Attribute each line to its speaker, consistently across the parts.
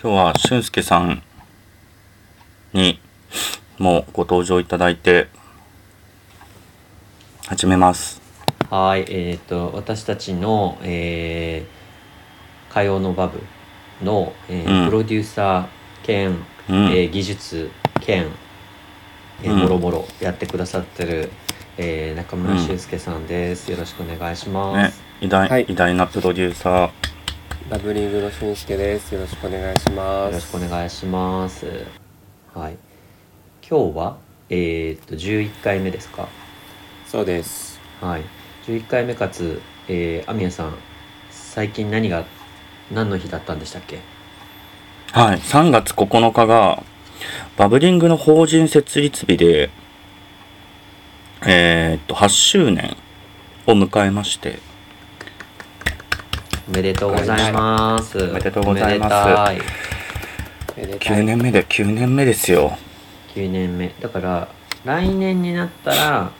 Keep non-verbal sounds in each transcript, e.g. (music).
Speaker 1: 今日は俊介さんにもご登場いただいて始めます。
Speaker 2: はい、えっ、と私たちの、えー、火曜のバブの、えー
Speaker 1: うん
Speaker 2: プロデューサー兼、
Speaker 1: う
Speaker 2: え
Speaker 1: ん、
Speaker 2: ー技術兼、えー
Speaker 1: うん
Speaker 2: もろもろやってくださってる、えー中村俊介さんです、よろしくお願いしま
Speaker 1: ね
Speaker 2: す。、
Speaker 1: 偉大、
Speaker 3: はい
Speaker 1: 偉大なプロデューサ
Speaker 3: ラブリングの俊介です。よろしくお願いします。
Speaker 2: よろしくお願いします。はい、今日はえっ、と11回目ですか。
Speaker 3: そうです。
Speaker 2: はい、11回目かつ、えー、アミヤさん最近何が何の日だったんでしたっけ？
Speaker 1: ー、はい、3月9日がバブリングの法人設立日で、えーっと、8周年を迎えまして、
Speaker 2: おめでとうございます。
Speaker 1: おめでとうございます
Speaker 2: おめでたい
Speaker 3: めでたい
Speaker 1: 9年目で9年目ですよ。
Speaker 2: 9年目。だから、来年になったら、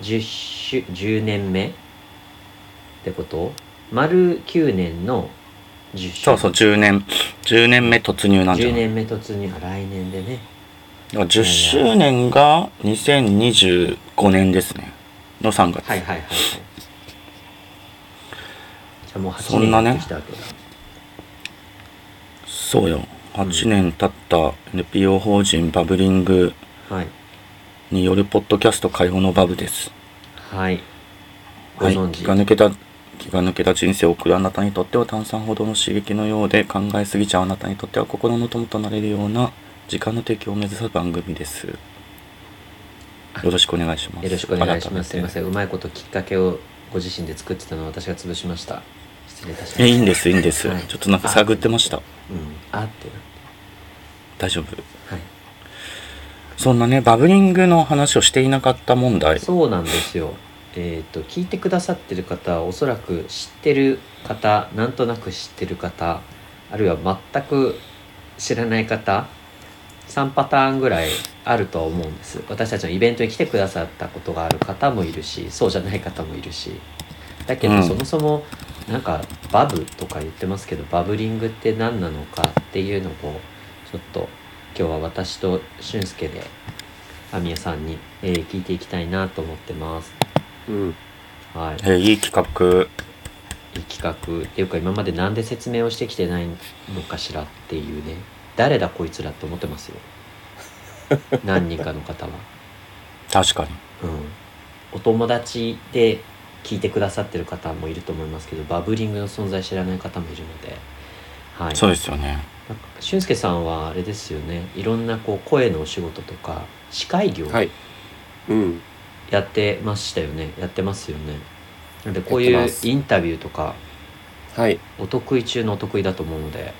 Speaker 2: 10周、10年目ってこと丸9年の10周
Speaker 1: そうそう、10年、10年目突入なんじゃ
Speaker 2: 10
Speaker 1: ない
Speaker 2: 年目突入、あ来年でね。
Speaker 1: 10周年が2025年ですね。の3月。
Speaker 2: はいはいはいはい。じゃあもう8
Speaker 1: そん
Speaker 2: 年
Speaker 1: なね
Speaker 2: やってきたわけだ。
Speaker 1: そうよ。8年経った NPO 法人バブリング
Speaker 2: はい。
Speaker 1: によるポッドキャスト会話のバブです。
Speaker 2: はい。ご
Speaker 1: はい。
Speaker 2: 存知。
Speaker 1: 気が抜けた、気が抜けた人生を送るあなたにとっては炭酸ほどの刺激のようで考えすぎちゃうあなたにとっては心の友となれるような時間の提供を目指す番組です。よろしくお願いします。
Speaker 2: よろしくお願いします。す
Speaker 1: 改
Speaker 2: み
Speaker 1: め
Speaker 2: ま
Speaker 1: て
Speaker 2: せん。うまいこときっかけをご自身で作ってたのを私が潰しました。失礼いたしました。
Speaker 1: え、いいんです、いいんです
Speaker 2: はい。
Speaker 1: ちょっとなんか探ってました。
Speaker 2: うん、あってな
Speaker 1: 大丈夫。
Speaker 2: はい、
Speaker 1: そんなね、バブリングの話をしていなかった問題。
Speaker 2: そうなんですよえっ、と聞いてくださってる方はおそらく知ってる方なんとなく知ってる方あるいは全く知らない方3パターンぐらいあるとは思うんです私たちのイベントに来てくださったことがある方もいるしそうじゃない方もいるしだけ
Speaker 1: う
Speaker 2: ど
Speaker 1: ん
Speaker 2: そもそもなんかバブとか言ってますけどバブリングって何なのかっていうのをちょっと今日は私と俊介でアミヤさんに、えー聞いていきたいなと思ってます。
Speaker 3: うん。
Speaker 2: はい、
Speaker 1: えーいい企画。
Speaker 2: いい企画っていうか今までなんで説明をしてきてないのかしらっていうね誰だこいつらって思ってますよ何人かの方は、
Speaker 1: 確かに。
Speaker 2: うん、お友達で聞いてくださってる方もいると思いますけどバブリングの存在知らない方もいるので、はい、
Speaker 1: そうですよね。
Speaker 2: なんか俊介さんはあれですよねいろんなこう声のお仕事とか司会業
Speaker 3: はい。うん。
Speaker 2: やってましたよね、やってますよねなんでこうい
Speaker 3: やっ
Speaker 2: う
Speaker 3: てます
Speaker 2: インタビューとか
Speaker 3: はい。
Speaker 2: お得意中のお得意だと思うので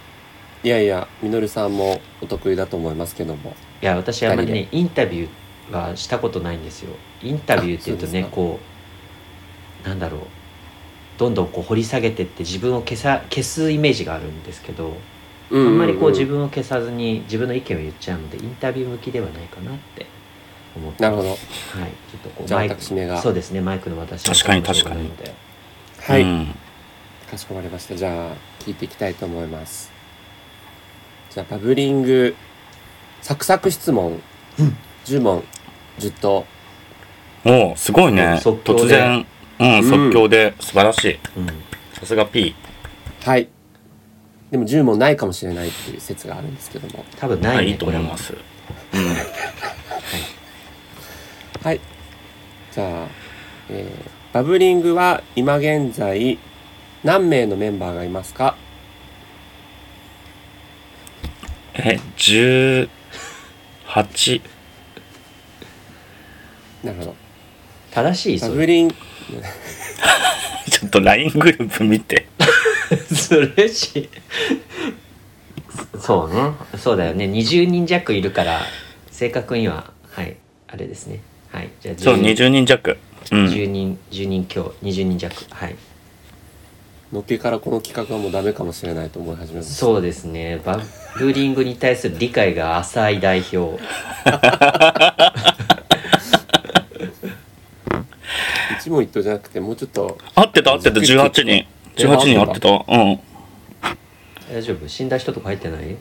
Speaker 3: いやいや、みのるさんもお得意だと思いますけども。
Speaker 2: いや私あんまり
Speaker 3: 二
Speaker 2: ねインタビューはしたことないんですよインタビューっていうと
Speaker 3: あそうで
Speaker 2: ね
Speaker 3: すか
Speaker 2: こうなんだろうどんどんこう掘り下げてって自分を消さ消すイメージがあるんですけど
Speaker 3: う
Speaker 2: あ
Speaker 3: ん
Speaker 2: んまりこう自。分を消さずに自分の意見を言っちゃうのでインタビュー向きではないかなって思って
Speaker 3: なる
Speaker 2: ほ
Speaker 3: ほど。
Speaker 2: ど、はい、ちょっとこう
Speaker 3: じゃあ
Speaker 2: マイク
Speaker 3: 私めが
Speaker 2: そうですねマイクの私の
Speaker 1: 確かに
Speaker 2: ところなので
Speaker 3: はい。
Speaker 1: うん
Speaker 3: かしこまりました。じゃあ、聞いていきたいと思います。じゃあ、バブリング、サクサク質問、10問、10答。
Speaker 1: おお、すごいね。
Speaker 2: 即興で
Speaker 1: 突然、うん、
Speaker 3: うん
Speaker 1: 即興で素晴らしい。
Speaker 2: うん
Speaker 1: さすが P。
Speaker 3: はい。でも10問ないかもしれないっていう説があるんですけども。
Speaker 2: 多分ない
Speaker 1: は
Speaker 2: ね、
Speaker 1: い、いいと
Speaker 2: こ
Speaker 1: 思
Speaker 2: れ
Speaker 1: い
Speaker 2: も
Speaker 1: ます。うん。
Speaker 3: はい。じゃあ、えーバブリングは今現在何名のメンバーがいますか
Speaker 1: え、18。 (laughs)
Speaker 3: なるほど。
Speaker 2: 正しい
Speaker 3: バ
Speaker 2: そ
Speaker 3: ブ
Speaker 2: れ
Speaker 3: リング、
Speaker 1: ちょっと LINE グループ見て。
Speaker 2: それしそうねそうだよね20人弱いるから正確にははいあれですねはいじゃあ
Speaker 1: そう、
Speaker 2: 10
Speaker 1: 20人弱。うん。
Speaker 2: 10人10人強20人弱はい
Speaker 3: のっけからこの企画はもうダメかもしれないと思い始めます。
Speaker 2: そうですねバブリングに対する理解が浅い代表
Speaker 3: 一問一答じゃなくて、もうちょっと、
Speaker 1: 合ってた合ってた、18人。18人合ってた。うん。
Speaker 3: え
Speaker 2: 大丈夫死んだ人とか入ってない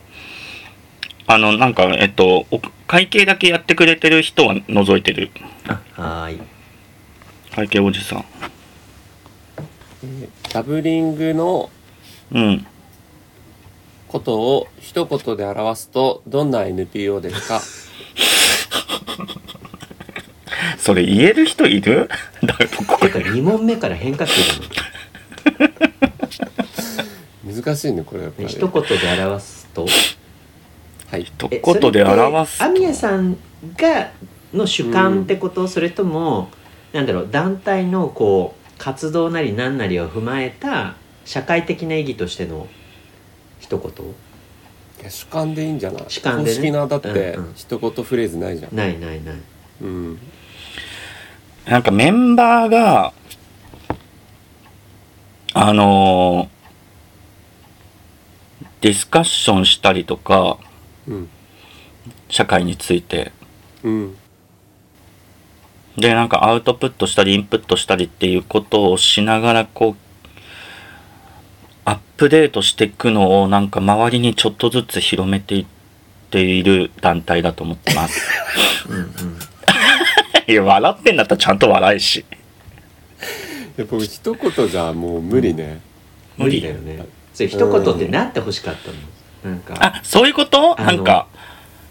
Speaker 1: あの、なんか、えっと、お会計だけやってくれてる人は除いてる。
Speaker 2: はーい
Speaker 1: 会計おじさん。
Speaker 3: でダブリングの
Speaker 1: うん。
Speaker 3: ことを一言で表すとどんな NPO で
Speaker 2: (laughs)
Speaker 3: すか
Speaker 1: それ言える人いる (laughs) だいぶこ
Speaker 2: て
Speaker 1: れ
Speaker 2: か2問目から変化球だ
Speaker 3: 難しいねこれやっぱ
Speaker 2: もん、ね、
Speaker 3: り、
Speaker 2: 一言で表すと
Speaker 3: はい
Speaker 1: 一言で表す
Speaker 2: アミヤ
Speaker 1: と。
Speaker 2: さんがの主観ってこと、それともなんだろう団体のこう活動なり何なりを踏まえた社会的な意義としての一言
Speaker 3: いや主観でいいんじゃない
Speaker 2: 主観でね
Speaker 3: 公式なだって
Speaker 2: うんうん
Speaker 3: 一言フレーズないじゃん、
Speaker 2: ないないない
Speaker 3: うん、
Speaker 1: なんかメンバーが、あのーディスカッションしたりとか、
Speaker 3: うん
Speaker 1: 社会について。
Speaker 3: うん
Speaker 1: で、なんかアウトプットしたり、インプットしたりっていうことをしながら、こう、アップデートしていくのを、なんか周りにちょっとずつ広めていっている団体だと思ってます。
Speaker 2: うんうん
Speaker 1: (laughs) いや、笑ってんだったらちゃんと笑いし。
Speaker 3: やっぱ一言じゃもう無理ね、
Speaker 2: 無理だよねそれ一言ってなってほしかったのなんか
Speaker 1: あ、そういうこと
Speaker 2: あの
Speaker 1: なんか、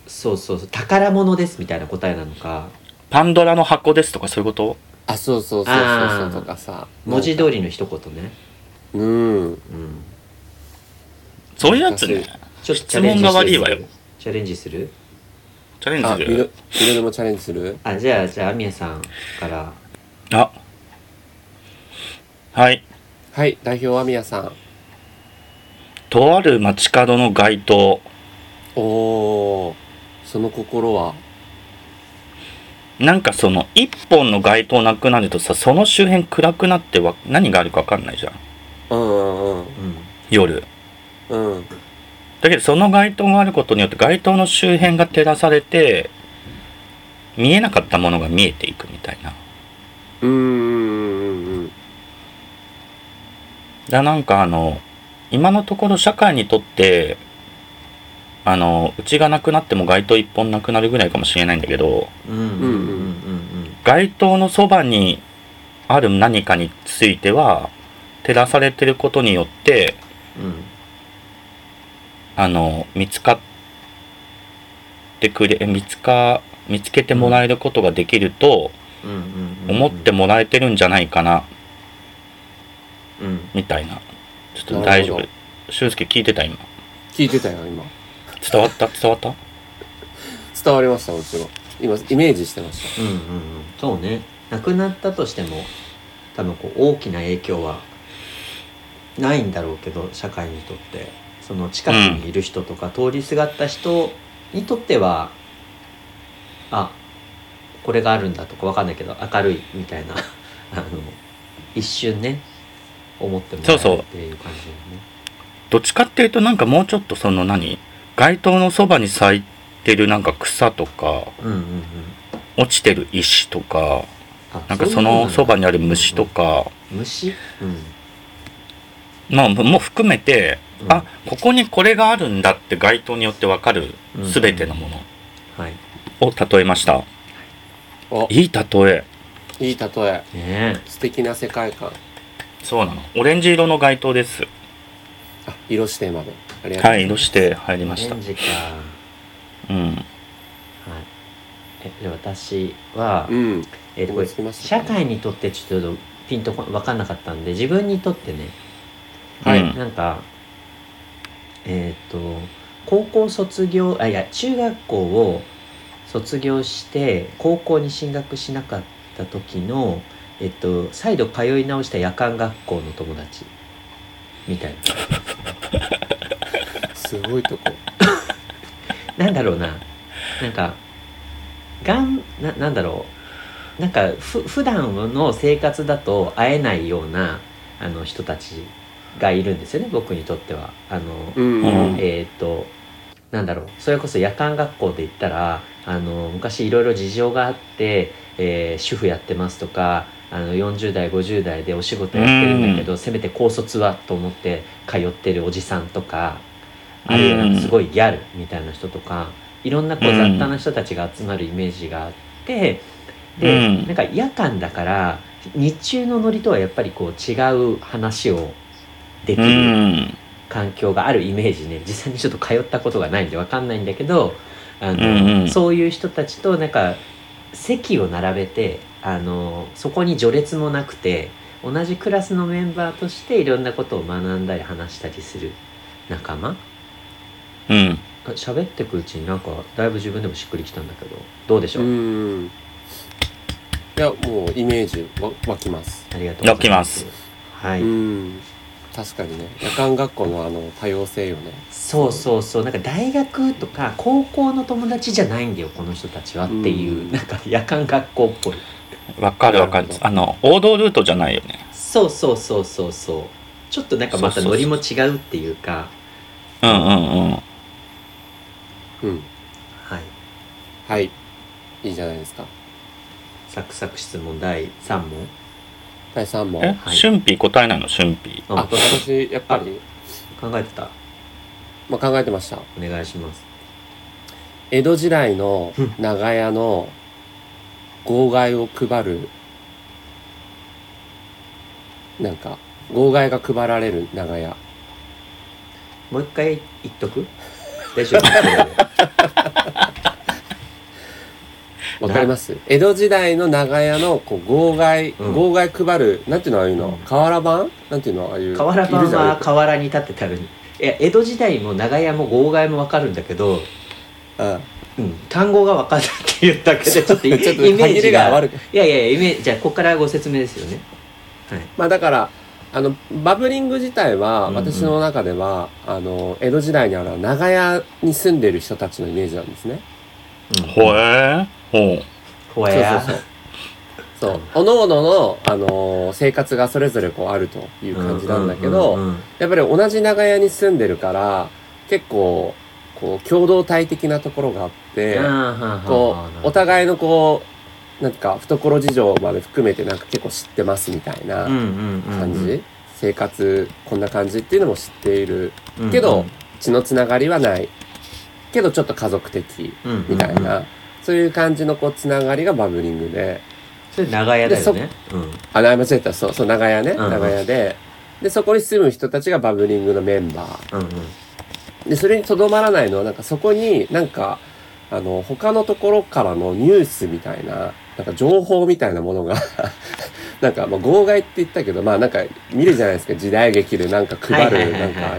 Speaker 2: そうそうそう宝物ですみたいな答えなのか
Speaker 1: パンドラの箱ですとかそういうこと
Speaker 3: あそうそうそうそうそうとかさ
Speaker 2: 文字通りの一言ね
Speaker 3: うん
Speaker 2: うん
Speaker 1: そういうやつね。
Speaker 2: ちょっとチ
Speaker 1: 質
Speaker 2: ャレン
Speaker 1: 問
Speaker 2: ジ
Speaker 1: が
Speaker 2: して
Speaker 1: 悪いわよ。
Speaker 2: チャレンジする
Speaker 1: チャレン
Speaker 3: あ
Speaker 1: ジ
Speaker 3: み
Speaker 1: す
Speaker 3: の
Speaker 1: る
Speaker 3: みのりもチャレンジする
Speaker 2: あじゃあじゃあアミヤさんから
Speaker 1: あ。はい。
Speaker 3: はい代表はみやさん
Speaker 1: とある街角の街灯。
Speaker 3: おおその心は
Speaker 1: なんかその一本の街灯なくなるとさその周辺暗くなってわ何があるか分かんないじゃん
Speaker 3: うんうん
Speaker 2: うん
Speaker 1: 夜
Speaker 3: うんうん
Speaker 1: だけどその街灯があることによって街灯の周辺が照らされて見えなかったものが見えていくみたいな
Speaker 3: うんうんうん
Speaker 1: だなんかあの今のところ社会にとってあのうちがなくなっても街灯一本なくなるぐらいかもしれないんだけど
Speaker 2: うんうんうんうんうん
Speaker 1: 街灯のそばにある何かについては照らされてることによって
Speaker 2: うん
Speaker 1: あの見つかってくれ見つか見つけてもらえることができると
Speaker 2: うんうん
Speaker 1: 思ってもらえてるんじゃないかな
Speaker 2: うん
Speaker 1: みたいなちょっと
Speaker 3: なる
Speaker 1: 大
Speaker 3: ほ
Speaker 1: 丈
Speaker 3: ど
Speaker 1: 夫俊介聞いてた今
Speaker 3: 聞いてたよ今
Speaker 1: 伝わった伝わった
Speaker 3: 伝わりましたもちろん今イメージしてまし
Speaker 2: うんうんうんそうねなくなったとしても多分こう大きな影響はないんだろうけど社会にとってその近くにいる人とか、通りすがった人にとってはあこれがあるんだとかわかんないけど明るいみたいな (laughs) あの一瞬ね思ってもら
Speaker 1: そ
Speaker 2: え
Speaker 1: うそう
Speaker 2: るっていう感じだよね
Speaker 1: どっちかっていうとなんかもうちょっとその何街灯のそばに咲いてるなんか草とか
Speaker 2: うんうんうん
Speaker 1: 落ちてる石とか
Speaker 2: あ
Speaker 1: なんか
Speaker 2: ういうこ
Speaker 1: そ
Speaker 2: と
Speaker 1: の
Speaker 2: だ
Speaker 1: そばにある虫とか
Speaker 2: 虫、うん、
Speaker 1: まあもう含めて
Speaker 2: うん
Speaker 1: あここにこれがあるんだって街灯によってわかる
Speaker 2: うん
Speaker 1: 全てのもの
Speaker 2: はい
Speaker 1: を例えました。
Speaker 3: たお
Speaker 1: いい例え。
Speaker 3: いい例え
Speaker 2: ね
Speaker 3: 素敵な世界観
Speaker 1: そうなの。オレンジ色の街灯です。
Speaker 3: あ色指定までありがとうございます
Speaker 1: はい、色して入り
Speaker 2: えオ
Speaker 1: ま
Speaker 2: レ
Speaker 1: した
Speaker 2: ン。ジか
Speaker 1: うん。
Speaker 2: はい、えで私は、
Speaker 3: うん
Speaker 2: えーとこれ
Speaker 3: 思いつきました
Speaker 2: 社会にとってちょっとピンとこ分かんなかったんで自分にとってね、
Speaker 3: はい
Speaker 1: うん
Speaker 2: なんかえっ、と高校卒業あいや中学校を卒業して高校に進学しなかった時の、えっと再度通い直した夜間学校の友達みたいな。
Speaker 3: すごいとこ
Speaker 2: なんだろうななんかがんななんだろうなんかふ普段の生活だと会えないようなあの人たちがいるんですよね僕にとっては。あの
Speaker 3: うん
Speaker 1: うん
Speaker 2: えーっとなんだろうそれこそ夜間学校で言ったらあの昔いろいろ事情があって、えー主婦やってますとかあの40代50代でお仕事やってるんだけど、せめて高卒はと思って通ってるおじさんとかあるいは
Speaker 1: うん
Speaker 2: すごいギャルみたいな人とかいろんなこう
Speaker 1: うん
Speaker 2: 雑多な人たちが集まるイメージがあってで、
Speaker 1: うん
Speaker 2: なんか夜間だから日中のノリとはやっぱりこう違う話をでき
Speaker 1: う
Speaker 2: る
Speaker 1: ん
Speaker 2: 環境があるイメージね実際にちょっと通ったことがないんでわかんないんだけどあの、
Speaker 1: うんうん
Speaker 2: そういう人たちとなんか席を並べてあのそこに序列もなくて同じクラスのメンバーとしていろんなことを学んだり話したりする仲間
Speaker 1: うん
Speaker 2: あ喋ってくうちになんかだいぶ自分でもしっくりきたんだけどどうでしょう、
Speaker 3: うんいやもうイメージわ湧きます、
Speaker 2: ありがとうございます
Speaker 1: や
Speaker 2: はい、
Speaker 3: うん確かにね夜間学校のあの多様性よね
Speaker 2: そうそうそうなんか大学とか高校の友達じゃないんだよこの人たちはっていう、
Speaker 3: うん
Speaker 2: なんか夜間学校っぽい
Speaker 1: わかるわかる
Speaker 3: なるほど
Speaker 1: あの王道ルートじゃないよね
Speaker 2: そうそうそうそうそうちょっとなんかまた
Speaker 1: そうそ
Speaker 2: ノ
Speaker 1: うそ
Speaker 2: リ
Speaker 1: う
Speaker 2: も違うっていうか
Speaker 1: うんうんうん
Speaker 3: うん
Speaker 2: はい
Speaker 3: はいいいじゃないですか
Speaker 2: サクサク質問第3問
Speaker 3: 第3問
Speaker 1: え、
Speaker 2: はい
Speaker 1: 春辟答えないの春辟
Speaker 3: あ
Speaker 2: あ
Speaker 3: 私やっぱり、
Speaker 2: 考えてた
Speaker 3: まあ、考えてました
Speaker 2: お願いします
Speaker 3: 江戸時代の長屋の号外を配るなんか号外が配られる長屋
Speaker 2: もう一回言っと
Speaker 3: (laughs)
Speaker 2: く大丈夫
Speaker 3: わかります江戸時代の長屋のこう号外、
Speaker 2: うん
Speaker 3: 号外配るなんていうのああいうの、
Speaker 2: うん
Speaker 3: 瓦版なんていうのああいう
Speaker 2: 河原
Speaker 3: いる
Speaker 2: 版
Speaker 3: じゃん
Speaker 2: は河原に立ってたるいや江戸時代も長屋も号外もわかるんだけど、
Speaker 3: うん
Speaker 2: うん、単語がわかんないって言ったけどちょっとイ
Speaker 3: ちょっと (laughs) イ
Speaker 2: メ
Speaker 3: メ
Speaker 2: ー
Speaker 3: ー
Speaker 2: ジ
Speaker 3: ジが
Speaker 2: が
Speaker 3: 悪く
Speaker 2: いやいやイメージじゃあここからご説明ですよねはい
Speaker 3: まあだからあのバブリング自体は
Speaker 2: うんうん
Speaker 3: 私の中では、あの江戸時代にある長屋に住んでる人たちのイメージなんですね
Speaker 1: ほえほう
Speaker 2: ほや
Speaker 3: そうそうそうそう
Speaker 2: (laughs)
Speaker 3: 各々の、あのー生活がそれぞれこうあるという感じなんだけど、
Speaker 2: うんうんうんうん
Speaker 3: やっぱり同じ長屋に住んでるから結構こう共同体的なところがあって、こうお
Speaker 2: い
Speaker 3: 互いのこうなんか懐事情まで含めてなんか結構知ってますみたいな
Speaker 2: 感
Speaker 3: 感じ、生活こんな感じっていうのも知っているけど、血のつながりはないけどちょっと家族的みたいな、そういう感じのこうつながりがバブリングで。
Speaker 2: それ長屋だよね
Speaker 3: あ、間違えた。そう、そう、長屋ね。
Speaker 2: うんうん
Speaker 3: 長屋で。で、そこに住む人たちがバブリングのメンバー。
Speaker 2: うんうんうん
Speaker 3: で、それにとどまらないのは、なんかそこになんか、あの、他のところからのニュースみたいな、なんか情報みたいなものが、 (laughs) なんか、まあ、号外って言ったけど、まあなんか見るじゃないですか。時代劇でなんか配
Speaker 2: はい
Speaker 3: る、
Speaker 2: はい
Speaker 3: な
Speaker 2: は
Speaker 3: ん
Speaker 2: いはい
Speaker 3: か
Speaker 2: はい、
Speaker 3: あ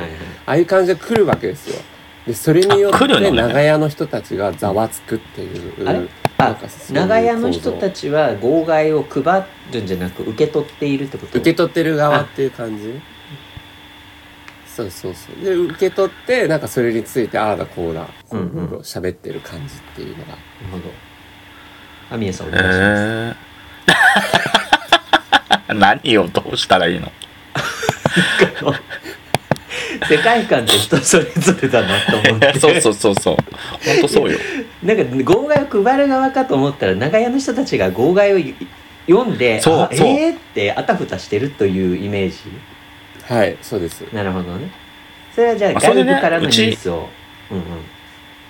Speaker 3: あいう感じで来るわけですよ。で、それによっ
Speaker 1: あ来る
Speaker 3: て
Speaker 1: のね
Speaker 3: 長屋の人たちがざわつくっていう。
Speaker 2: あれ
Speaker 3: なん
Speaker 2: あ
Speaker 3: かそういう構造
Speaker 2: 長屋の人たちは号外を配るんじゃなく受け取っているってこと
Speaker 3: 受け取ってる側っていう感じそうそうそうで受け取ってなんかそれについてああだこうだ
Speaker 2: うんうん
Speaker 3: こう喋ってる感じっていうの
Speaker 2: な
Speaker 3: が
Speaker 2: るほどあみえさんお
Speaker 1: え
Speaker 2: 願いします、
Speaker 1: ー (laughs) 何をどうしたらいいの
Speaker 2: 世界観って人それぞれだなと思っ
Speaker 1: (laughs)
Speaker 2: て
Speaker 1: そうそうそうそう本当そうよ
Speaker 2: (laughs) なんか号外を配る側かと思ったら長屋の人たちが号外をい読んで
Speaker 1: そう
Speaker 2: あ
Speaker 1: そう
Speaker 2: えーってあたふたしてるというイメージ
Speaker 3: はいそうです
Speaker 2: なるほどねそれはじゃあ
Speaker 1: まあそ
Speaker 2: 外
Speaker 1: れね
Speaker 2: 部からの
Speaker 1: う
Speaker 2: ニ
Speaker 1: ち
Speaker 2: ュースを、うんうん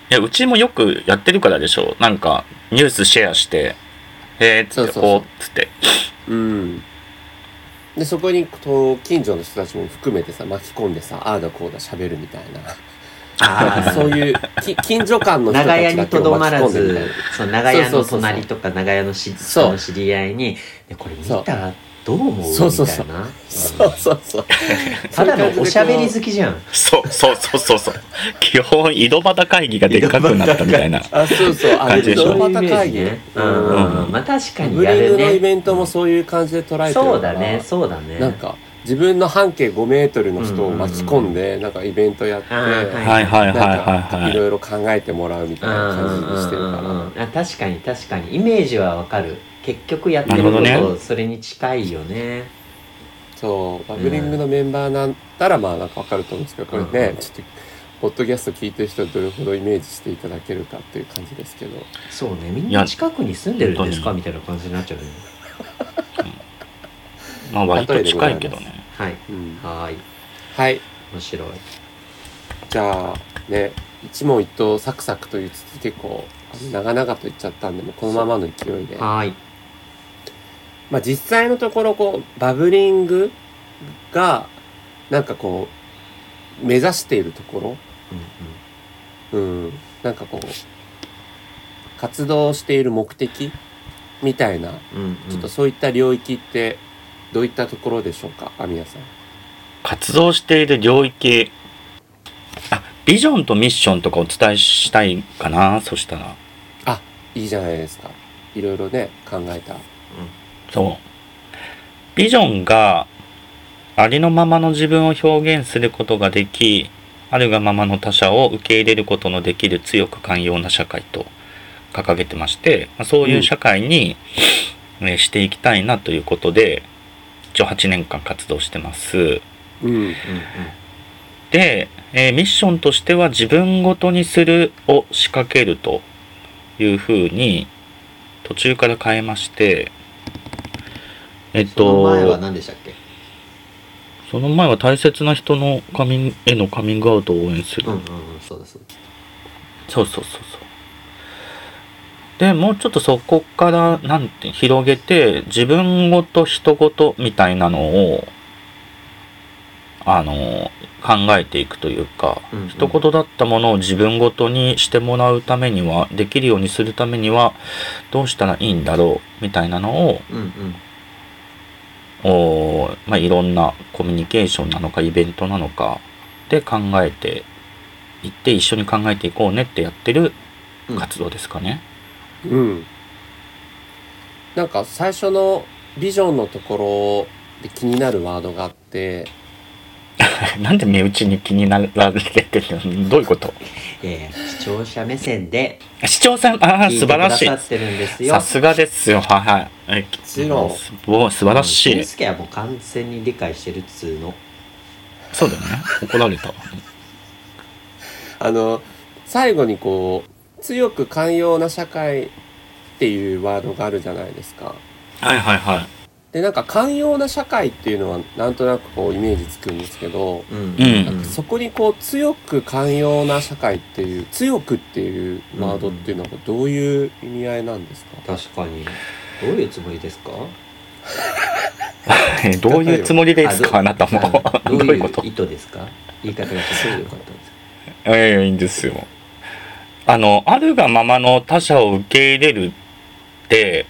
Speaker 1: いやうちもよくやってるからでしょなんかニュースシェアしてえー、っつって
Speaker 3: そうそうそう
Speaker 1: おーっつって
Speaker 3: うんでそこにこう近所の人たちも含めてさ巻き込んでさああだこうだ喋るみたい
Speaker 2: あ
Speaker 3: なそういうき近所間の人た
Speaker 2: 長屋
Speaker 3: ちが
Speaker 2: にとどまら
Speaker 3: 巻き込んでみたい
Speaker 2: ず
Speaker 3: な
Speaker 2: その長屋
Speaker 3: そ
Speaker 2: の
Speaker 3: うそうそうそう
Speaker 2: 隣とか長屋のし
Speaker 3: そう
Speaker 2: その知り合いにでこれ見たらどう思うみたいな
Speaker 3: そうそうそうそうそうそう
Speaker 2: (laughs) ただのおしゃべり
Speaker 3: ず
Speaker 2: 好きじゃん
Speaker 1: そうそうそうそうそう基本井戸端会議がでっかくなったみたいな
Speaker 3: あそうそうあ
Speaker 1: 感じ
Speaker 3: れ
Speaker 1: でしょ
Speaker 3: ド
Speaker 2: そういう
Speaker 3: ー
Speaker 2: イ
Speaker 3: マ
Speaker 2: メ
Speaker 3: タ
Speaker 2: ー
Speaker 3: 会
Speaker 2: ジ
Speaker 3: 議
Speaker 2: ねう
Speaker 3: うん
Speaker 2: う
Speaker 3: ん
Speaker 2: んうんまあ確か
Speaker 3: ブ
Speaker 2: に
Speaker 3: リ
Speaker 2: や
Speaker 3: ン
Speaker 2: る
Speaker 3: グのイ
Speaker 2: ね
Speaker 3: ベントもそういう感じで捉えてるから
Speaker 2: そうだねそうだね
Speaker 3: なんか自分の半径5メートルの人を巻き込んで、なんかイベントやって、
Speaker 2: あーはい
Speaker 1: はいはいはい
Speaker 3: なんか
Speaker 1: はいいはい
Speaker 3: ろいろ考えてもらうみたいな感じにしてるから、
Speaker 2: うんうんうんうんあ確かに確かにイメージはわかる結局やってるこ
Speaker 1: なるほど
Speaker 2: とそれに近いよね
Speaker 3: そうバブリングのメンバーなんたらまあなんかわかると思うんですけどこれね、
Speaker 2: うん
Speaker 3: ちょっとポッドキャスト聞いてる人はどれほどイメージしていただけるかっていう感じですけど
Speaker 2: そうねみん
Speaker 1: い
Speaker 2: な
Speaker 1: や
Speaker 2: 近くに住んでるんですか
Speaker 1: 本
Speaker 2: みたいな感じになっちゃうよね
Speaker 1: まあ割と近いけどね
Speaker 2: はい
Speaker 3: うん
Speaker 2: はーい
Speaker 3: はい
Speaker 2: 面白い
Speaker 3: じゃあね一問一答サクサクと言いつつ結構長々と言っちゃったんでもうこのままの勢いで、ま
Speaker 2: はい。
Speaker 3: あ、実際のところこうバブリングがなんかこう目指しているとこ
Speaker 2: うんうん
Speaker 3: ろ、うん、なんかこう活動している目的みたいな
Speaker 2: うんうん
Speaker 3: ちょっとそういった領域ってどういったところでしょうか網谷さん。
Speaker 1: 活動している領域あビジョンとミッションとかお伝えしたいかなそしたら
Speaker 3: いいじゃないですか。いろいろね考えた。
Speaker 1: そうビジョンがありのままの自分を表現することができあるがままの他者を受け入れることのできる強く寛容な社会と掲げてましてまあそういう社会に、えーしていきたいなということで一応8年間活動してます。
Speaker 3: うん
Speaker 2: うんうん
Speaker 1: で、えーミッションとしては自分ごとにするを仕掛けるというふうに途中から変えましてえっと
Speaker 2: その前は何でしたっけ
Speaker 1: その前は大切な人のカミンへのカミングアウトを応援する、
Speaker 2: うんうんうん、そうだそうだ。
Speaker 1: そうそうそうそうでもうちょっとそこからなんて広げて自分ごと人ごとみたいなのをあの考えていくというか、
Speaker 2: うんうん
Speaker 1: 一言だったものを自分ごとにしてもらうためにはできるようにするためにはどうしたらいいんだろうみたいなのを
Speaker 2: うんうん。
Speaker 1: おーまあ、いろんなコミュニケーションなのかイベントなのかで考えていって一緒に考えていこうねってやってる
Speaker 2: うん
Speaker 1: 活動ですかね。 (laughs)
Speaker 3: うん。なんか最初のビジョンのところで気になるワードがあって、
Speaker 1: なんで身内に気になられてるのどう (laughs) いうこと
Speaker 2: いやいや視聴者目線で
Speaker 1: 視聴さんああ
Speaker 2: 聞い
Speaker 1: 素
Speaker 2: てく
Speaker 1: 晴ら
Speaker 2: だ
Speaker 1: し
Speaker 2: さ
Speaker 1: い
Speaker 2: ってるんですよ。
Speaker 1: さすがですよはいはいえ
Speaker 3: ちろん
Speaker 1: すお素晴らしい
Speaker 2: 俊介はもう完全に理解してるっつうの。
Speaker 1: そうだよね怒られた
Speaker 3: あの、最後にこう、強く寛容な社会っていうワードがあるじゃないですか。
Speaker 1: はいはいはい
Speaker 3: で、なんか寛容な社会っていうのはなんとなくこうイメージつくんですけど、
Speaker 2: うんうん
Speaker 1: うん
Speaker 2: うん
Speaker 3: そこにこう強く寛容な社会っていう、強くっていうワードっていうのはどういう意味合いなんですか、
Speaker 2: 確かに。どういうつもりですか
Speaker 1: えどういうつ (laughs) もりですかあ
Speaker 2: ど
Speaker 1: なたも
Speaker 2: あ
Speaker 1: (laughs) ど
Speaker 2: ど
Speaker 1: う
Speaker 2: う
Speaker 1: いう
Speaker 2: い
Speaker 1: こと
Speaker 2: う意図ですか言い方がちょっと良かったです
Speaker 1: いやいやいいんですよ。あの、あるがままの他者を受け入れるって、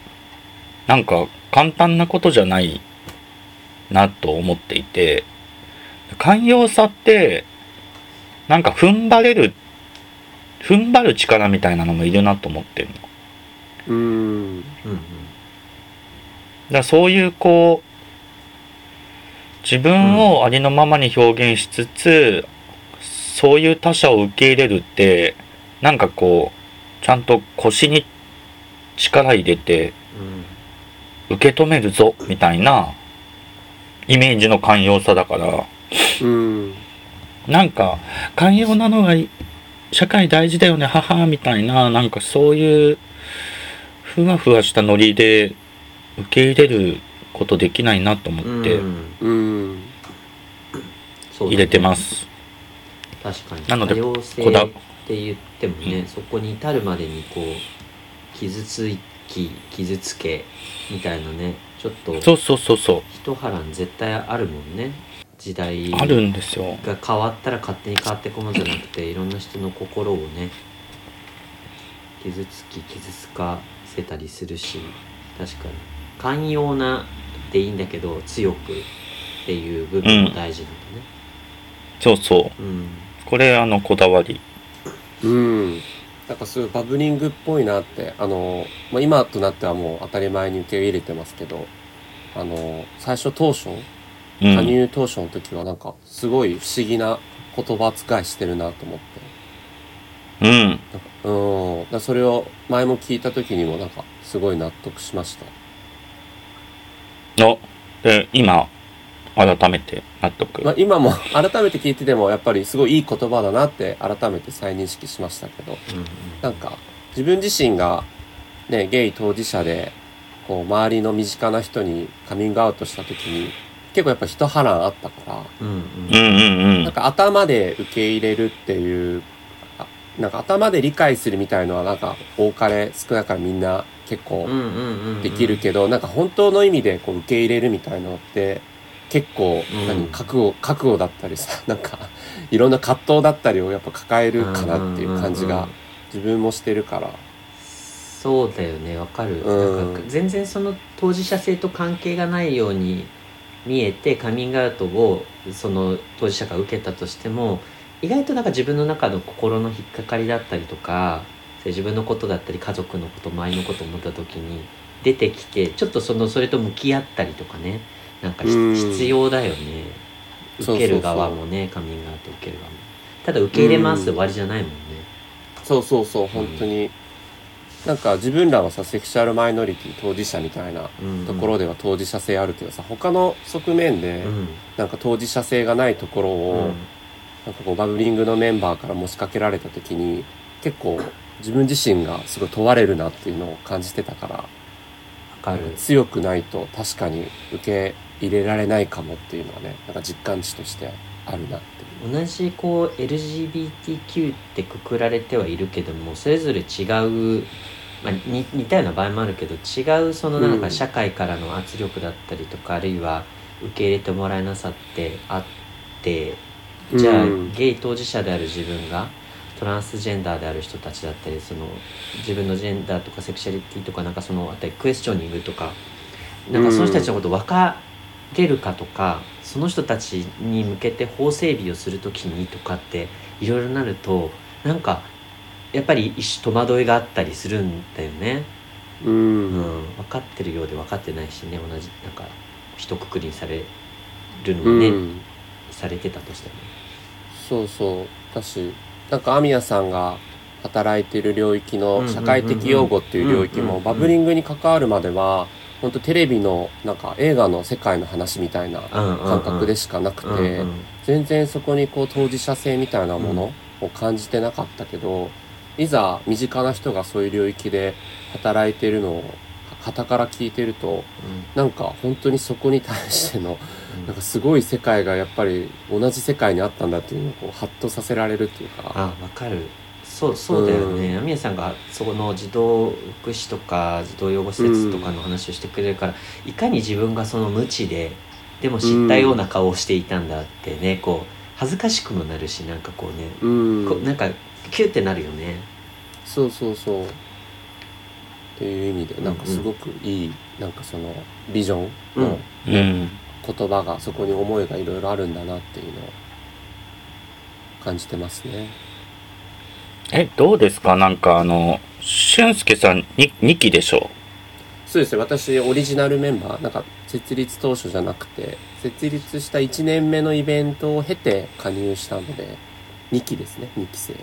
Speaker 1: なんか簡単なことじゃないなと思っていて、寛容さって、なんか踏ん張れる、踏ん張る力みたいなのもいるなと思ってるの。だか
Speaker 3: うん。
Speaker 2: うんうん
Speaker 1: らそういうこう、自分をありのままに表現しつつ、そういう他者を受け入れるって、なんかこう、ちゃんと腰に力入れて
Speaker 2: うん
Speaker 1: 受け止めるぞ、みたいなイメージの寛容さだから、
Speaker 3: うん。
Speaker 1: なんか、寛容なのがい社会大事だよね、母みたいな、なんかそういう、ふわふわしたノリで受け入れることできないなと思って、
Speaker 2: うん
Speaker 3: うん。
Speaker 2: そうだね
Speaker 1: 入れてます。
Speaker 2: 確かに
Speaker 1: なので
Speaker 2: 多様性
Speaker 1: こだ
Speaker 2: って言ってもね、そこに至るまでにこう傷つき傷つけみたいなねちょっと
Speaker 1: そうそうそうそう。
Speaker 2: 一波乱絶対あるもんね時代
Speaker 1: あるんですよ。
Speaker 2: が変わったら勝手に変わってくもんじゃなくていろんな人の心をね傷つき傷つかせたりするし確かに寛容なでいいんだけど強くっていう部分も大事なんだね
Speaker 1: そうそう。
Speaker 2: うん
Speaker 1: これ、あの、こだわり。
Speaker 3: うん。なんかそういうバブリングっぽいなって、あの、まあ、今となってはもう当たり前に受け入れてますけど、あの、最初当初、
Speaker 1: う
Speaker 3: 加
Speaker 1: ん。
Speaker 3: 入当初の時はなんかすごい不思議な言葉遣いしてるなと思って。
Speaker 1: うん。
Speaker 3: うん。だからそれを前も聞いた時にもなんかすごい納得しました。
Speaker 1: の、で、今、改めて納得。
Speaker 3: まあ、今も改めて聞いててもやっぱりすごいいい言葉だなって改めて再認識しましたけど。
Speaker 2: うんうん
Speaker 3: なんか自分自身が、ね、ゲイ当事者でこう周りの身近な人にカミングアウトした時に結構やっぱ一波乱あったから、
Speaker 2: うんう
Speaker 1: う
Speaker 2: ん
Speaker 1: んうんう
Speaker 3: なん
Speaker 1: ん。
Speaker 3: か頭で受け入れるっていう、あなんか頭で理解するみたいのはなんか多かれ少なからみんな結構
Speaker 2: うんうんうん
Speaker 3: できるけど、なんか本当の意味でこう受け入れるみたいのって結構、
Speaker 2: うん
Speaker 3: 何覚悟覚悟だったりさ (laughs) なんかいろんな葛藤だったりをやっぱ抱えるかなっていう感じ
Speaker 2: うんうんうんう
Speaker 3: が
Speaker 2: ん
Speaker 3: 自分もしてるから
Speaker 2: そうだよねわかる、
Speaker 3: うん
Speaker 2: なんか全然その当事者性と関係がないように見えてカミングアウトをその当事者が受けたとしても意外となんか自分の中の心の引っかかりだったりとかそういう自分のことだったり家族のこと周りのこと思った時に出てきてちょっとそのそれと向き合ったりとかねなんかひ
Speaker 3: うん
Speaker 2: 必要だよね
Speaker 3: そうそうそう
Speaker 2: 受ける側もねカミングアウト受ける側もただ受け入れますで終わりじゃないもんね
Speaker 3: そうそうそう本当に、なんか自分らはさセクシャルマイノリティ当事者みたいな
Speaker 2: うんうん
Speaker 3: ところでは当事者性あるけどさ他の側面で
Speaker 2: うん
Speaker 3: なんか当事者性がないところ
Speaker 2: う
Speaker 3: を
Speaker 2: ん
Speaker 3: なんかこうバブリングのメンバーから持ちかけられた時に結構自分自身がすごい問われるなっていうのを感じてたから
Speaker 2: わかる
Speaker 3: 強くないと確かに受け入れられないかもっていうのはねなんか実感値としてあるなっていう
Speaker 2: 同じこう LGBTQ ってくくられてはいるけどもそれぞれ違う、まあ、に似たような場合もあるけど違うそのなん
Speaker 3: う
Speaker 2: か
Speaker 3: ん
Speaker 2: 社会からの圧力だったりとか、あるいは受け入れてもらえなさってあってじゃあ、
Speaker 3: うん
Speaker 2: ゲイ当事者である自分がトランスジェンダーである人たちだったりその自分のジェンダーとかセクシャリティとかなんかそのあたりクエスチョニングとかなんかその人たちのこと分かれるかとか、その人たちに向けて法整備をするときにとかっていろいろなるとなんかやっぱり一種戸惑いがあったりするんだよね、
Speaker 3: うん
Speaker 2: うん分かってるようで分かってないしね同じなんか一括りにされるのもね、
Speaker 3: うん
Speaker 2: されてたとしても。
Speaker 3: そうそうだしなんかアミヤさんが働いてる領域の社会的用語っていう領域
Speaker 2: うんうんうんう
Speaker 3: も
Speaker 2: ん
Speaker 3: バブリングに関わるまでは本当テレビのなんか映画の世界の話みたいな
Speaker 2: 感
Speaker 3: 感覚でしかなくて。
Speaker 2: うんうん
Speaker 3: 全然そこにこう当事者性みたいなものを感じてなかったけど、いざ身近な人がそういう領域で働いてるのを傍から聞いてるとなんか本当にそこに対しての
Speaker 2: うん
Speaker 3: なんかすごい世界がやっぱり同じ世界にあったんだっていうのをこうハッとさせられるっていうか。
Speaker 2: あわかるそうそうだよね
Speaker 3: う
Speaker 2: 網谷さんがそこの児童福祉とか児童養護施設とかの話をしてくれるから、いかに自分がその無知ででも知ったような顔をしていたんだってね、こう恥ずかしくもなるしなんかこうね、
Speaker 3: うん
Speaker 2: こうなんかキュってなるよね
Speaker 3: そうそうそうっていう意味でなんかすごくいい、なんかそのビジョンの
Speaker 1: うん。
Speaker 3: 言葉がそこに思いがいろいろあるんだなっていうのを感じてますね。
Speaker 1: え、どうですかなんかあの、俊介さんに2期でしょ
Speaker 3: そうですね私オリジナルメンバーなんか設立当初じゃなくて設立した1年目のイベントを経て加入したので2期ですね2期生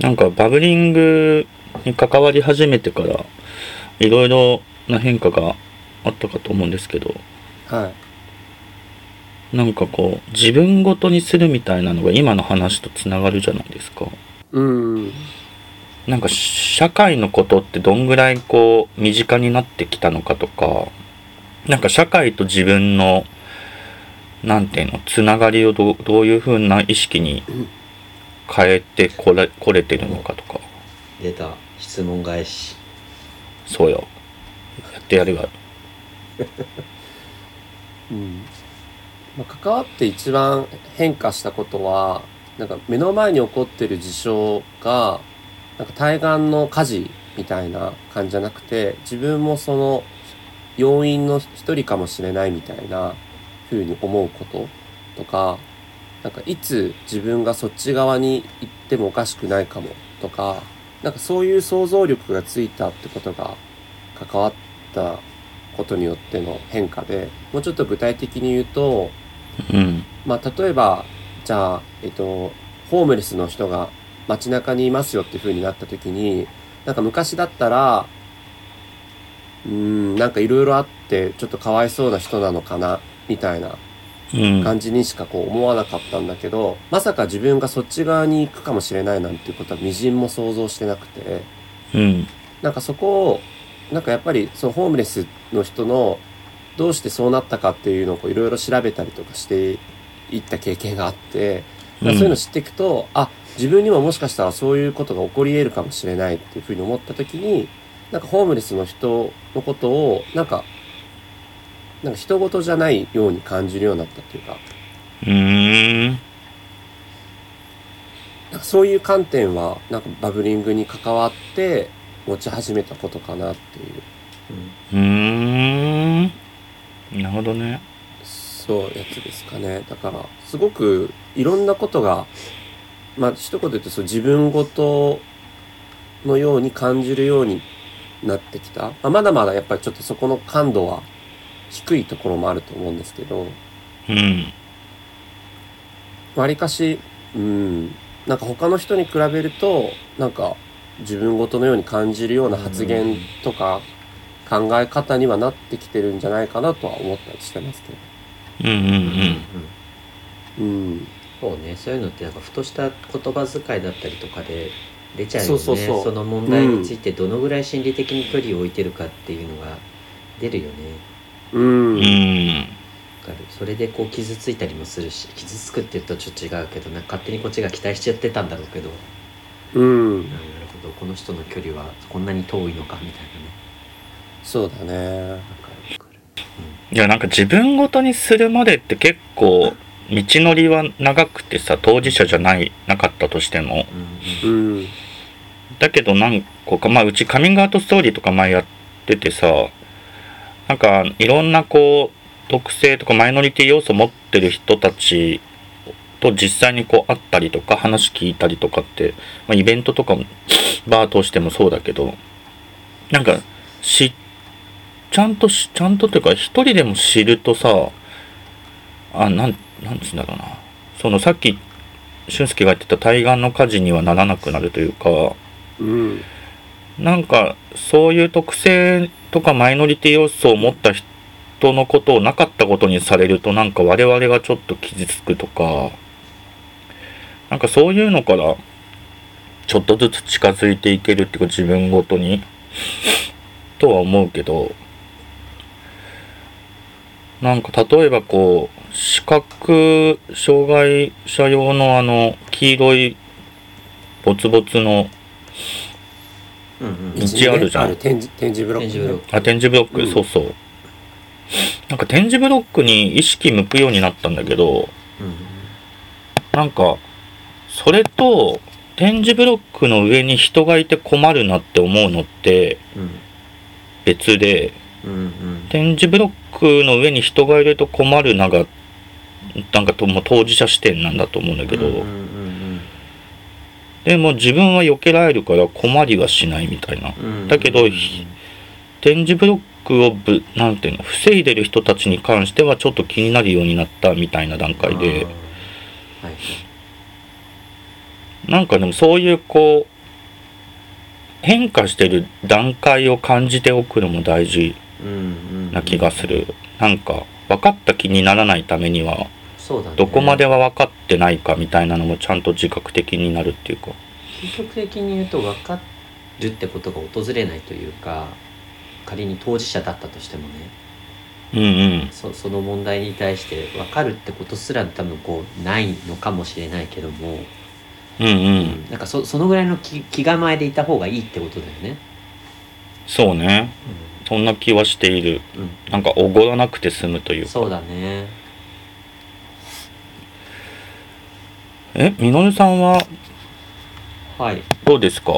Speaker 1: なんかバブリングに関わり始めてから、いろいろな変化があったかと思うんですけど、
Speaker 3: はい
Speaker 1: なんかこう、自分ごとにするみたいなのが今の話とつながるじゃないですか。
Speaker 3: うん
Speaker 1: なんか社会のことってどんぐらいこう身近になってきたのかとか、なんか社会と自分の、なんていうの、つながりをどうどういうふうな意識に変えてこれこれてるのかとか、
Speaker 2: 出た質問返し
Speaker 1: そうよ。やってやるわ。
Speaker 3: うん、まあ、関わって一番変化したことはなんか目の前に起こってる事象がなんか対岸の火事みたいな感じじゃなくて自分もその要因の一人かもしれないみたいな風に思うこととかなんかいつ自分がそっち側に行ってもおかしくないかもとかなんかそういう想像力がついたってことが関わったことによっての変化でもうちょっと具体的に言うと、
Speaker 1: うん。
Speaker 3: まあ、例えばじゃあ、えっと、ホームレスの人が街中にいますよっていう風になった時になんか昔だったらうーんなんかいろいろあってちょっとかわいそうな人なのかなみたいな
Speaker 1: うん。
Speaker 3: 感じにしかこう思わなかったんだけどまさか自分がそっち側に行くかもしれないなんていうことはみじんも想像してなくて。
Speaker 1: うん。
Speaker 3: なんかそこをなんかやっぱりそのホームレスの人のどうしてそうなったかっていうのをこういろいろ調べたりとかしていった経験があって、だからそういうの知っていくと、あ自分にももしかしたらそういうことが起こり得るかもしれないっていうふうに思った時になんかホームレスの人のことをなんかなんか人事じゃないように感じるようになったっていうか
Speaker 1: うーん。
Speaker 3: なんかそういう観点はなんかバブリングに関わって持ち始めたことかなっていう
Speaker 2: うん
Speaker 1: うーん。なるほどね。
Speaker 3: そうやつですかねだからすごくいろんなことがまあ一言で言うとそう自分ごとのように感じるようになってきた、まあ、まだまだやっぱりちょっとそこの感度は低いところもあると思うんですけど
Speaker 1: うん。
Speaker 3: わりかしうんなんか他の人に比べるとなんか自分ごとのように感じるような発言とか考え方にはなってきてるんじゃないかなとは思ったりしてますけど。
Speaker 1: うんうん
Speaker 2: うんうん
Speaker 3: うん
Speaker 2: そうねそういうのってなんかふとした言葉遣いだったりとかで出ちゃうよ
Speaker 3: そう
Speaker 2: ね
Speaker 3: そうそう
Speaker 2: の問題についてどのぐらい心理的に距離を置いてるかっていうのが出るよね
Speaker 3: う
Speaker 1: うん。うんん。
Speaker 2: わかるそれでこう傷ついたりもするし傷つくって言うとちょっと違うけどなんか勝手にこっちが期待しちゃってたんだろうけど
Speaker 3: うん
Speaker 2: なるほどこの人の距離はこんなに遠いのかみたいなね
Speaker 3: そうだね。
Speaker 2: わかるわかる
Speaker 1: いや、なんか自分ごとにするまでって結構、道のりは長くてさ、当事者じゃない、なかったとしても。
Speaker 2: うんうん
Speaker 3: うん。
Speaker 1: だけど何個かまあうちカミングアウトストーリーとか前やっててさなんかいろんなこう特性とかマイノリティ要素持ってる人たちと実際にこう会ったりとか話聞いたりとかって、まあ、イベントとかも (sniffs) バー通してもそうだけどなんかしちゃんとしちゃんとっていうか一人でも知るとさあなんなんつうんだろうなそのさっき俊介が言ってた対岸の火事にはならなくなるというか、
Speaker 3: うん。
Speaker 1: なんかそういう特性とかマイノリティ要素を持った人のことをなかったことにされるとなんか我々がちょっと傷つくとかなんかそういうのからちょっとずつ近づいていけるっていうか自分ごとにとは思うけどなんか例えばこう視覚障害者用のあの黄色いボツボツの
Speaker 2: うんうん
Speaker 1: 道あるじゃん
Speaker 3: ある展示展示ブロック、
Speaker 2: 展示ブロック
Speaker 1: あ、展示ブロック、
Speaker 3: うん
Speaker 1: そうそう。なんか展示ブロックに意識向くようになったんだけど、
Speaker 2: うん
Speaker 1: なんか、それと、展示ブロックの上に人がいて困るなって思うのって
Speaker 2: うん
Speaker 1: 別で、
Speaker 2: うんうん
Speaker 1: 展示ブロックの上に人がいると困るなが、なんかともう当事者視点なんだと思うんだけど、
Speaker 2: うんうん
Speaker 1: でも自分は避けられるから困りはしないみたいな。
Speaker 2: うんうん
Speaker 1: だけど
Speaker 2: うん
Speaker 1: 展示ブロックをぶ、なんていうの、防いでる人たちに関してはちょっと気になるようになったみたいな段階で、
Speaker 2: あーはい
Speaker 1: なんかでもそういうこう、変化してる段階を感じておくのも大事
Speaker 2: うんうんうん
Speaker 1: な気がする。なんか、分かった気にならないためには、
Speaker 2: そうだね
Speaker 1: どこまでは分かってないかみたいなのもちゃんと自覚的になるっていうか。
Speaker 2: 究極的に言うと分かるってことが訪れないというか仮に当事者だったとしてもね
Speaker 1: うんうん。
Speaker 2: そその問題に対して分かるってことすら多分こうないのかもしれないけども、
Speaker 1: うんうん。
Speaker 2: なんかそそのぐらいの気気構えでいた方がいいってことだよね。
Speaker 1: そうね。そんな気はしている。
Speaker 2: うん
Speaker 1: なんか、おごらなくて済むというか。
Speaker 2: そうだね
Speaker 1: え、みのるさんは
Speaker 2: はい
Speaker 1: どうですか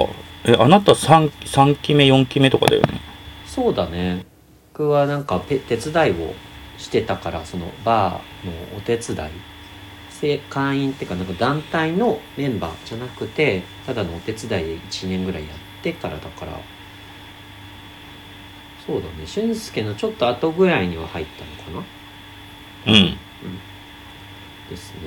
Speaker 1: え、あなた 3, 3期目、4期目とかだよね。
Speaker 2: そうだね僕はなんかペ手伝いをしてたからそのバーのお手伝いせ会員っていうかなんか団体のメンバーじゃなくてただのお手伝いで1年ぐらいやってからだからそうだね俊介のちょっと後ぐらいには入ったのかな
Speaker 1: うん。
Speaker 2: ですね、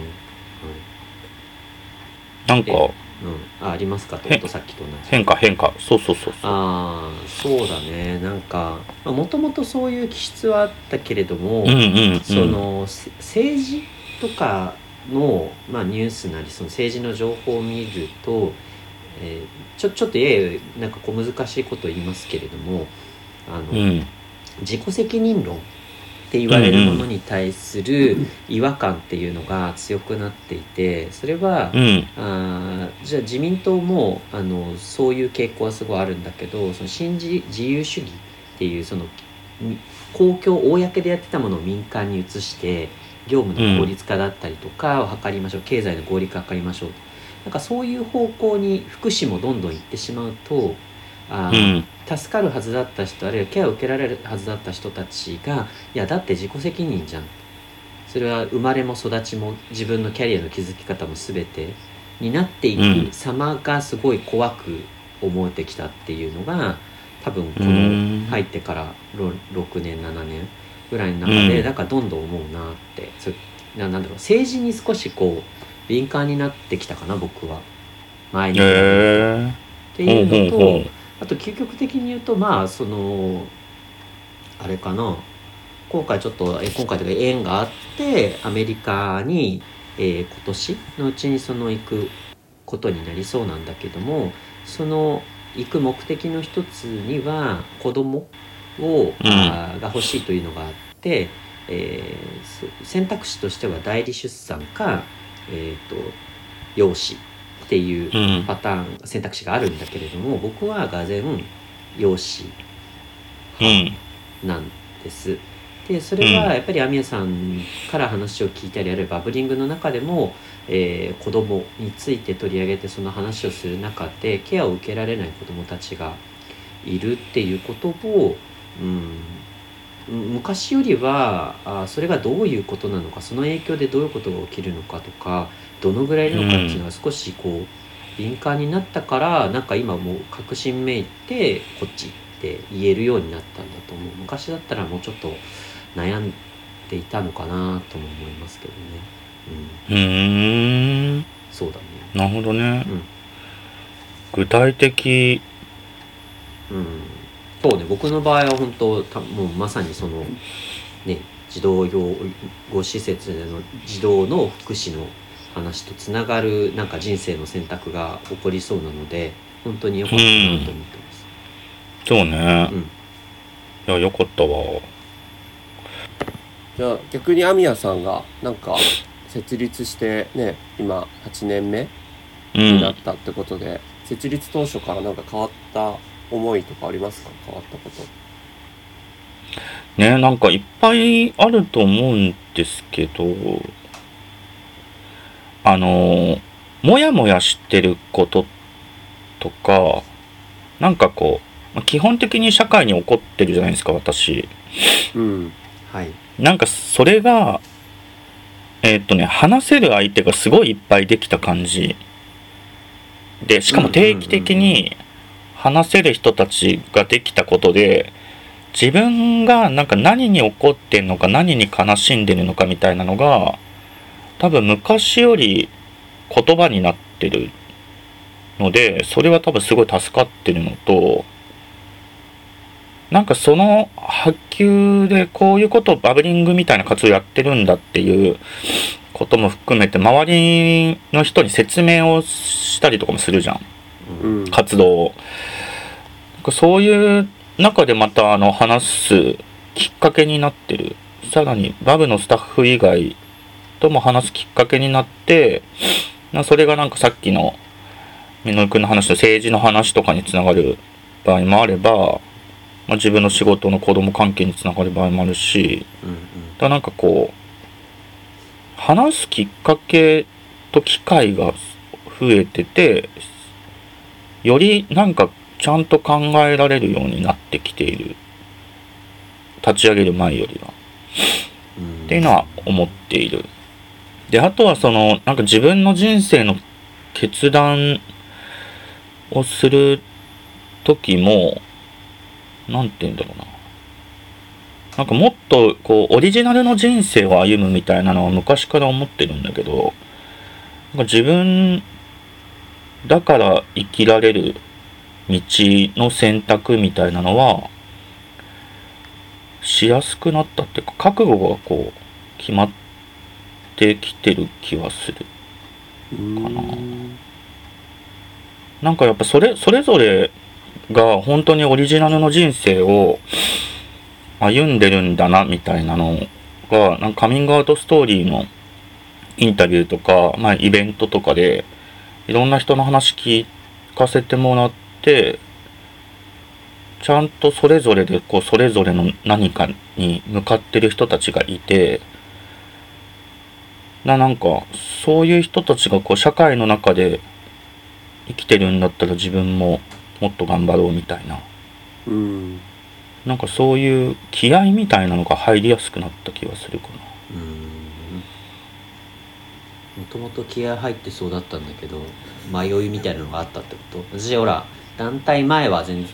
Speaker 1: なんか、
Speaker 2: はいうん、あありますかとほんとさっきと同じ
Speaker 1: 変化変化。そうそうそうそう。
Speaker 2: ああそうだねなんかもともとそういう気質はあったけれども、
Speaker 1: うんうんうん、
Speaker 2: そのせ政治とかの、まあ、ニュースなりその政治の情報を見ると、えーちょちょっとややなんかこう難しいことを言いますけれどもあの、
Speaker 1: うん
Speaker 2: 自己責任論っって言われるものに対する違和感っていうのが強くなっていてそれは、
Speaker 1: うん
Speaker 2: あーじゃあ自民党もあのそういう傾向はすごいあるんだけどその新自自由主義っていうそのみ公共公でやってたものを民間に移して業務の効率化だったりとかを図りましょう、経済の合理化を図りましょうなんかそういう方向に福祉もどんどん行ってしまうとあ
Speaker 1: う
Speaker 2: ー、
Speaker 1: ん
Speaker 2: 助かるはずだった人あるいはケアを受けられるはずだった人たちがいやだって自己責任じゃんそれは生まれも育ちも自分のキャリアの築き方も全てになっていうく様がすごい怖く思えてきたっていうのが多分こ
Speaker 1: う
Speaker 2: の
Speaker 1: ん
Speaker 2: 入ってからろ6年7年ぐらいの中
Speaker 1: う
Speaker 2: で
Speaker 1: ん
Speaker 2: なんかどんどん思うなってそうななんだろう政治に少しこう敏感になってきたかな僕は前に比べて。
Speaker 1: へ
Speaker 2: って
Speaker 1: え
Speaker 2: いうの
Speaker 1: ほ
Speaker 2: と、
Speaker 1: うほうほう
Speaker 2: あと究極的に言うとまあそのあれかな今回ちょっとえ今回というか縁があってアメリカに、えー今年のうちにその行くことになりそうなんだけどもその行く目的の一つには子供を、あーが欲しいというのがあって、えーそ選択肢としては代理出産か、えー、と養子っていう
Speaker 1: うん
Speaker 2: パターン選択肢があるんだけれども僕はがぜん養子
Speaker 1: うん
Speaker 2: なんです。でそれ
Speaker 1: うん
Speaker 2: はやっぱりアミヤさんから話を聞いたりあるいはバブリングの中でも、えー子供について取り上げてその話をする中でケアを受けられない子供たちがいるっていうことを、うん、昔よりはあそれがどういうことなのかその影響でどういうことが起きるのかとかどのぐらいいるのかっていうのが少しこう、敏感になったからなんか今もう確信めいてこっちって言えるようになったんだと思う昔だったらもうちょっと悩んでいたのかなとも思いますけどね、うん、
Speaker 1: うーん
Speaker 2: そうだね
Speaker 1: なるほどね、
Speaker 2: うん
Speaker 1: 具体的
Speaker 2: うんそうね僕の場合は本当たもうまさにそのね児童養護施設での児童の福祉の話とつながるなんか人生の選択が起こりそうなので本当に良かったなと思ってます、
Speaker 1: そうね
Speaker 2: う、ん
Speaker 1: いやよかったわ
Speaker 3: じゃあ逆にアミヤさんがなんか設立してね今8年目
Speaker 1: う
Speaker 3: にな
Speaker 1: ん
Speaker 3: ったってことで、設立当初からなんか変わった思いとかありますか変わったこと
Speaker 1: ねなんかいっぱいあると思うんですけどあのもやもやしてることとかなんかこうまあ基本的に社会に起こってるじゃないですか私
Speaker 3: うん
Speaker 2: はい
Speaker 1: なんかそれがえーっとね話せる相手がすごいいっぱいできた感じでしかも定期的に話せる人たちができたことで自分がなんか何に怒ってんのか何に悲しんでるのかみたいなのが多分昔より言葉になってるのでそれは多分すごい助かってるのとなんかその波及でこういうことをバブリングみたいな活動やってるんだっていうことも含めて周りの人に説明をしたりとかもするじゃん
Speaker 2: う
Speaker 3: うんん
Speaker 1: 活動をなんかそういう中でまたあの話すきっかけになってるさらにバブのスタッフ以外とも話すきっかけになってなそれがなんかさっきのみのりくんの話と政治の話とかにつながる場合もあれば、まあ、自分の仕事の子供関係につながる場合もあるし
Speaker 2: うんうん
Speaker 1: だからなんかこう話すきっかけと機会が増えててよりなんかちゃんと考えられるようになってきている立ち上げる前よりは
Speaker 2: うん
Speaker 1: っていうのは思っている。であとはそのなんか自分の人生の決断をする時も何て言うんだろうななんかもっとこうオリジナルの人生を歩むみたいなのは昔から思ってるんだけどなんか自分だから生きられる道の選択みたいなのはしやすくなったっていうか覚悟がこう決まってきてる気はする
Speaker 3: うん
Speaker 1: かななんかやっぱそれそれぞれが本当にオリジナルの人生を歩んでるんだなみたいなのがなんかカミングアウトストーリーのインタビューとか、まあ、イベントとかでいろんな人の話聞かせてもらってちゃんとそれぞれでこうそれぞれの何かに向かってる人たちがいてななんかそういう人たちがこう社会の中で生きてるんだったら自分ももっと頑張ろうみたいな
Speaker 3: うん。
Speaker 1: なんかそういう気合みたいなのが入りやすくなった気がするかな。
Speaker 2: うんもともと気合入ってそうだったんだけど迷いみたいなのがあったってこと私ほら団体前は全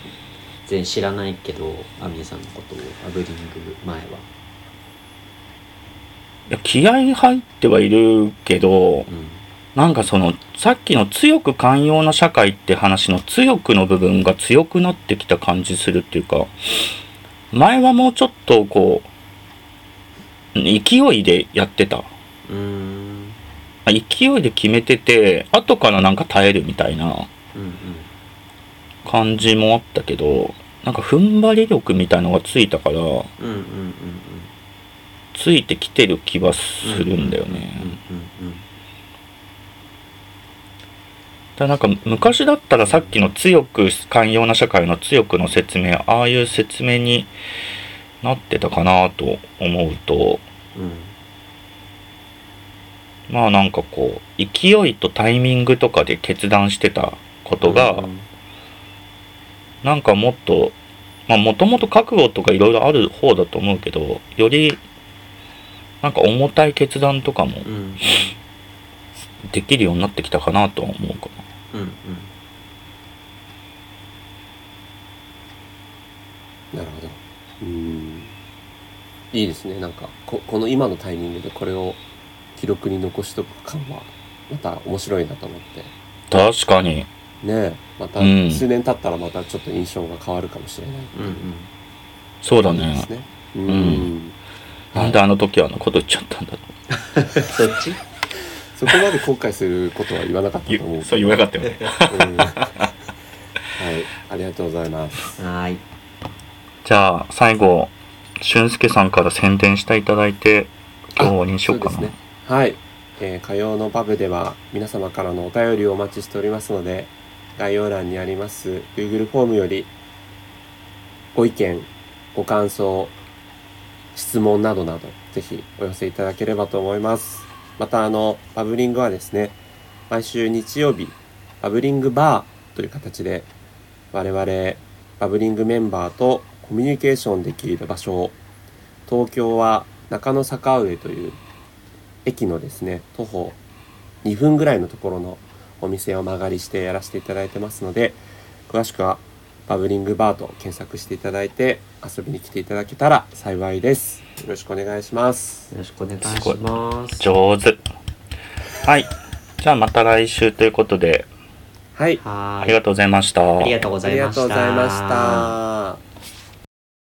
Speaker 2: 然知らないけどアミエさんのことをアブリング前はい
Speaker 1: や気合入ってはいるけど
Speaker 2: うん
Speaker 1: なんかそのさっきの強く寛容な社会って話の強くの部分が強くなってきた感じするっていうか前はもうちょっとこう勢いでやってた
Speaker 2: うーん
Speaker 1: 勢いで決めてて後からなんか耐えるみたいな
Speaker 2: うんうん
Speaker 1: 感じもあったけどなんか踏ん張り力みたいのがついたから
Speaker 2: うんうんうんうんうん
Speaker 1: ついてきてる気はするんだよね。
Speaker 2: うん
Speaker 1: ただなんか昔だったらさっきの強く寛容な社会の強くの説明ああいう説明になってたかなと思うと
Speaker 2: うんうん
Speaker 1: まあなんかこう勢いとタイミングとかで決断してたこと
Speaker 2: う
Speaker 1: が
Speaker 2: ん
Speaker 1: なんかもっとまあもともと覚悟とかいろいろある方だと思うけどよりなんか重たい決断とかも
Speaker 2: うんうん
Speaker 1: できるようになってきたかなとは思うか
Speaker 2: うんうん
Speaker 3: なるほど。うん。いいですね。なんか、こ、この今のタイミングでこれを記録に残しとく感は、また面白いなと思って。
Speaker 1: な確かに
Speaker 3: ねえまた
Speaker 1: うん
Speaker 3: 数年経ったらまたちょっと印象が変わるかもしれない。
Speaker 2: うんうん
Speaker 1: そうだ
Speaker 3: で
Speaker 1: ね
Speaker 3: すね。うんん。
Speaker 1: なんであの時はあのこと言っちゃったんだろう
Speaker 2: そっち
Speaker 3: そこまで後悔することは言わなかったと思うけど。
Speaker 1: そう言わなかったよね
Speaker 3: うんはい。ありがとうございます。
Speaker 2: はーい
Speaker 1: じゃあ最後俊介さんから宣伝していただいて今日はにしようかな
Speaker 3: そうですね。はい。えー火曜のパブでは皆様からのお便りをお待ちしておりますので、概要欄にあります Google フォームより、ご意見、ご感想、質問などなど、ぜひお寄せいただければと思います。また、あの、バブリングはですね、毎週日曜日、バブリングバーという形で、我々、バブリングメンバーとコミュニケーションできる場所を、東京は中野坂上という駅のですね徒歩2分ぐらいのところのお店を間借りしてやらせていただいてますので詳しくはバブリングバーと検索していただいて遊びに来ていただけたら幸いですよろしくお願いします
Speaker 2: よろしくお願いします
Speaker 1: 上手はいじゃあまた来週ということで
Speaker 3: はい
Speaker 2: は
Speaker 1: あ
Speaker 2: ー
Speaker 1: り
Speaker 2: い
Speaker 1: がとうございました
Speaker 2: ありがとうご
Speaker 3: あ
Speaker 2: ざい
Speaker 3: り
Speaker 2: ま
Speaker 3: が
Speaker 2: した
Speaker 3: とうございました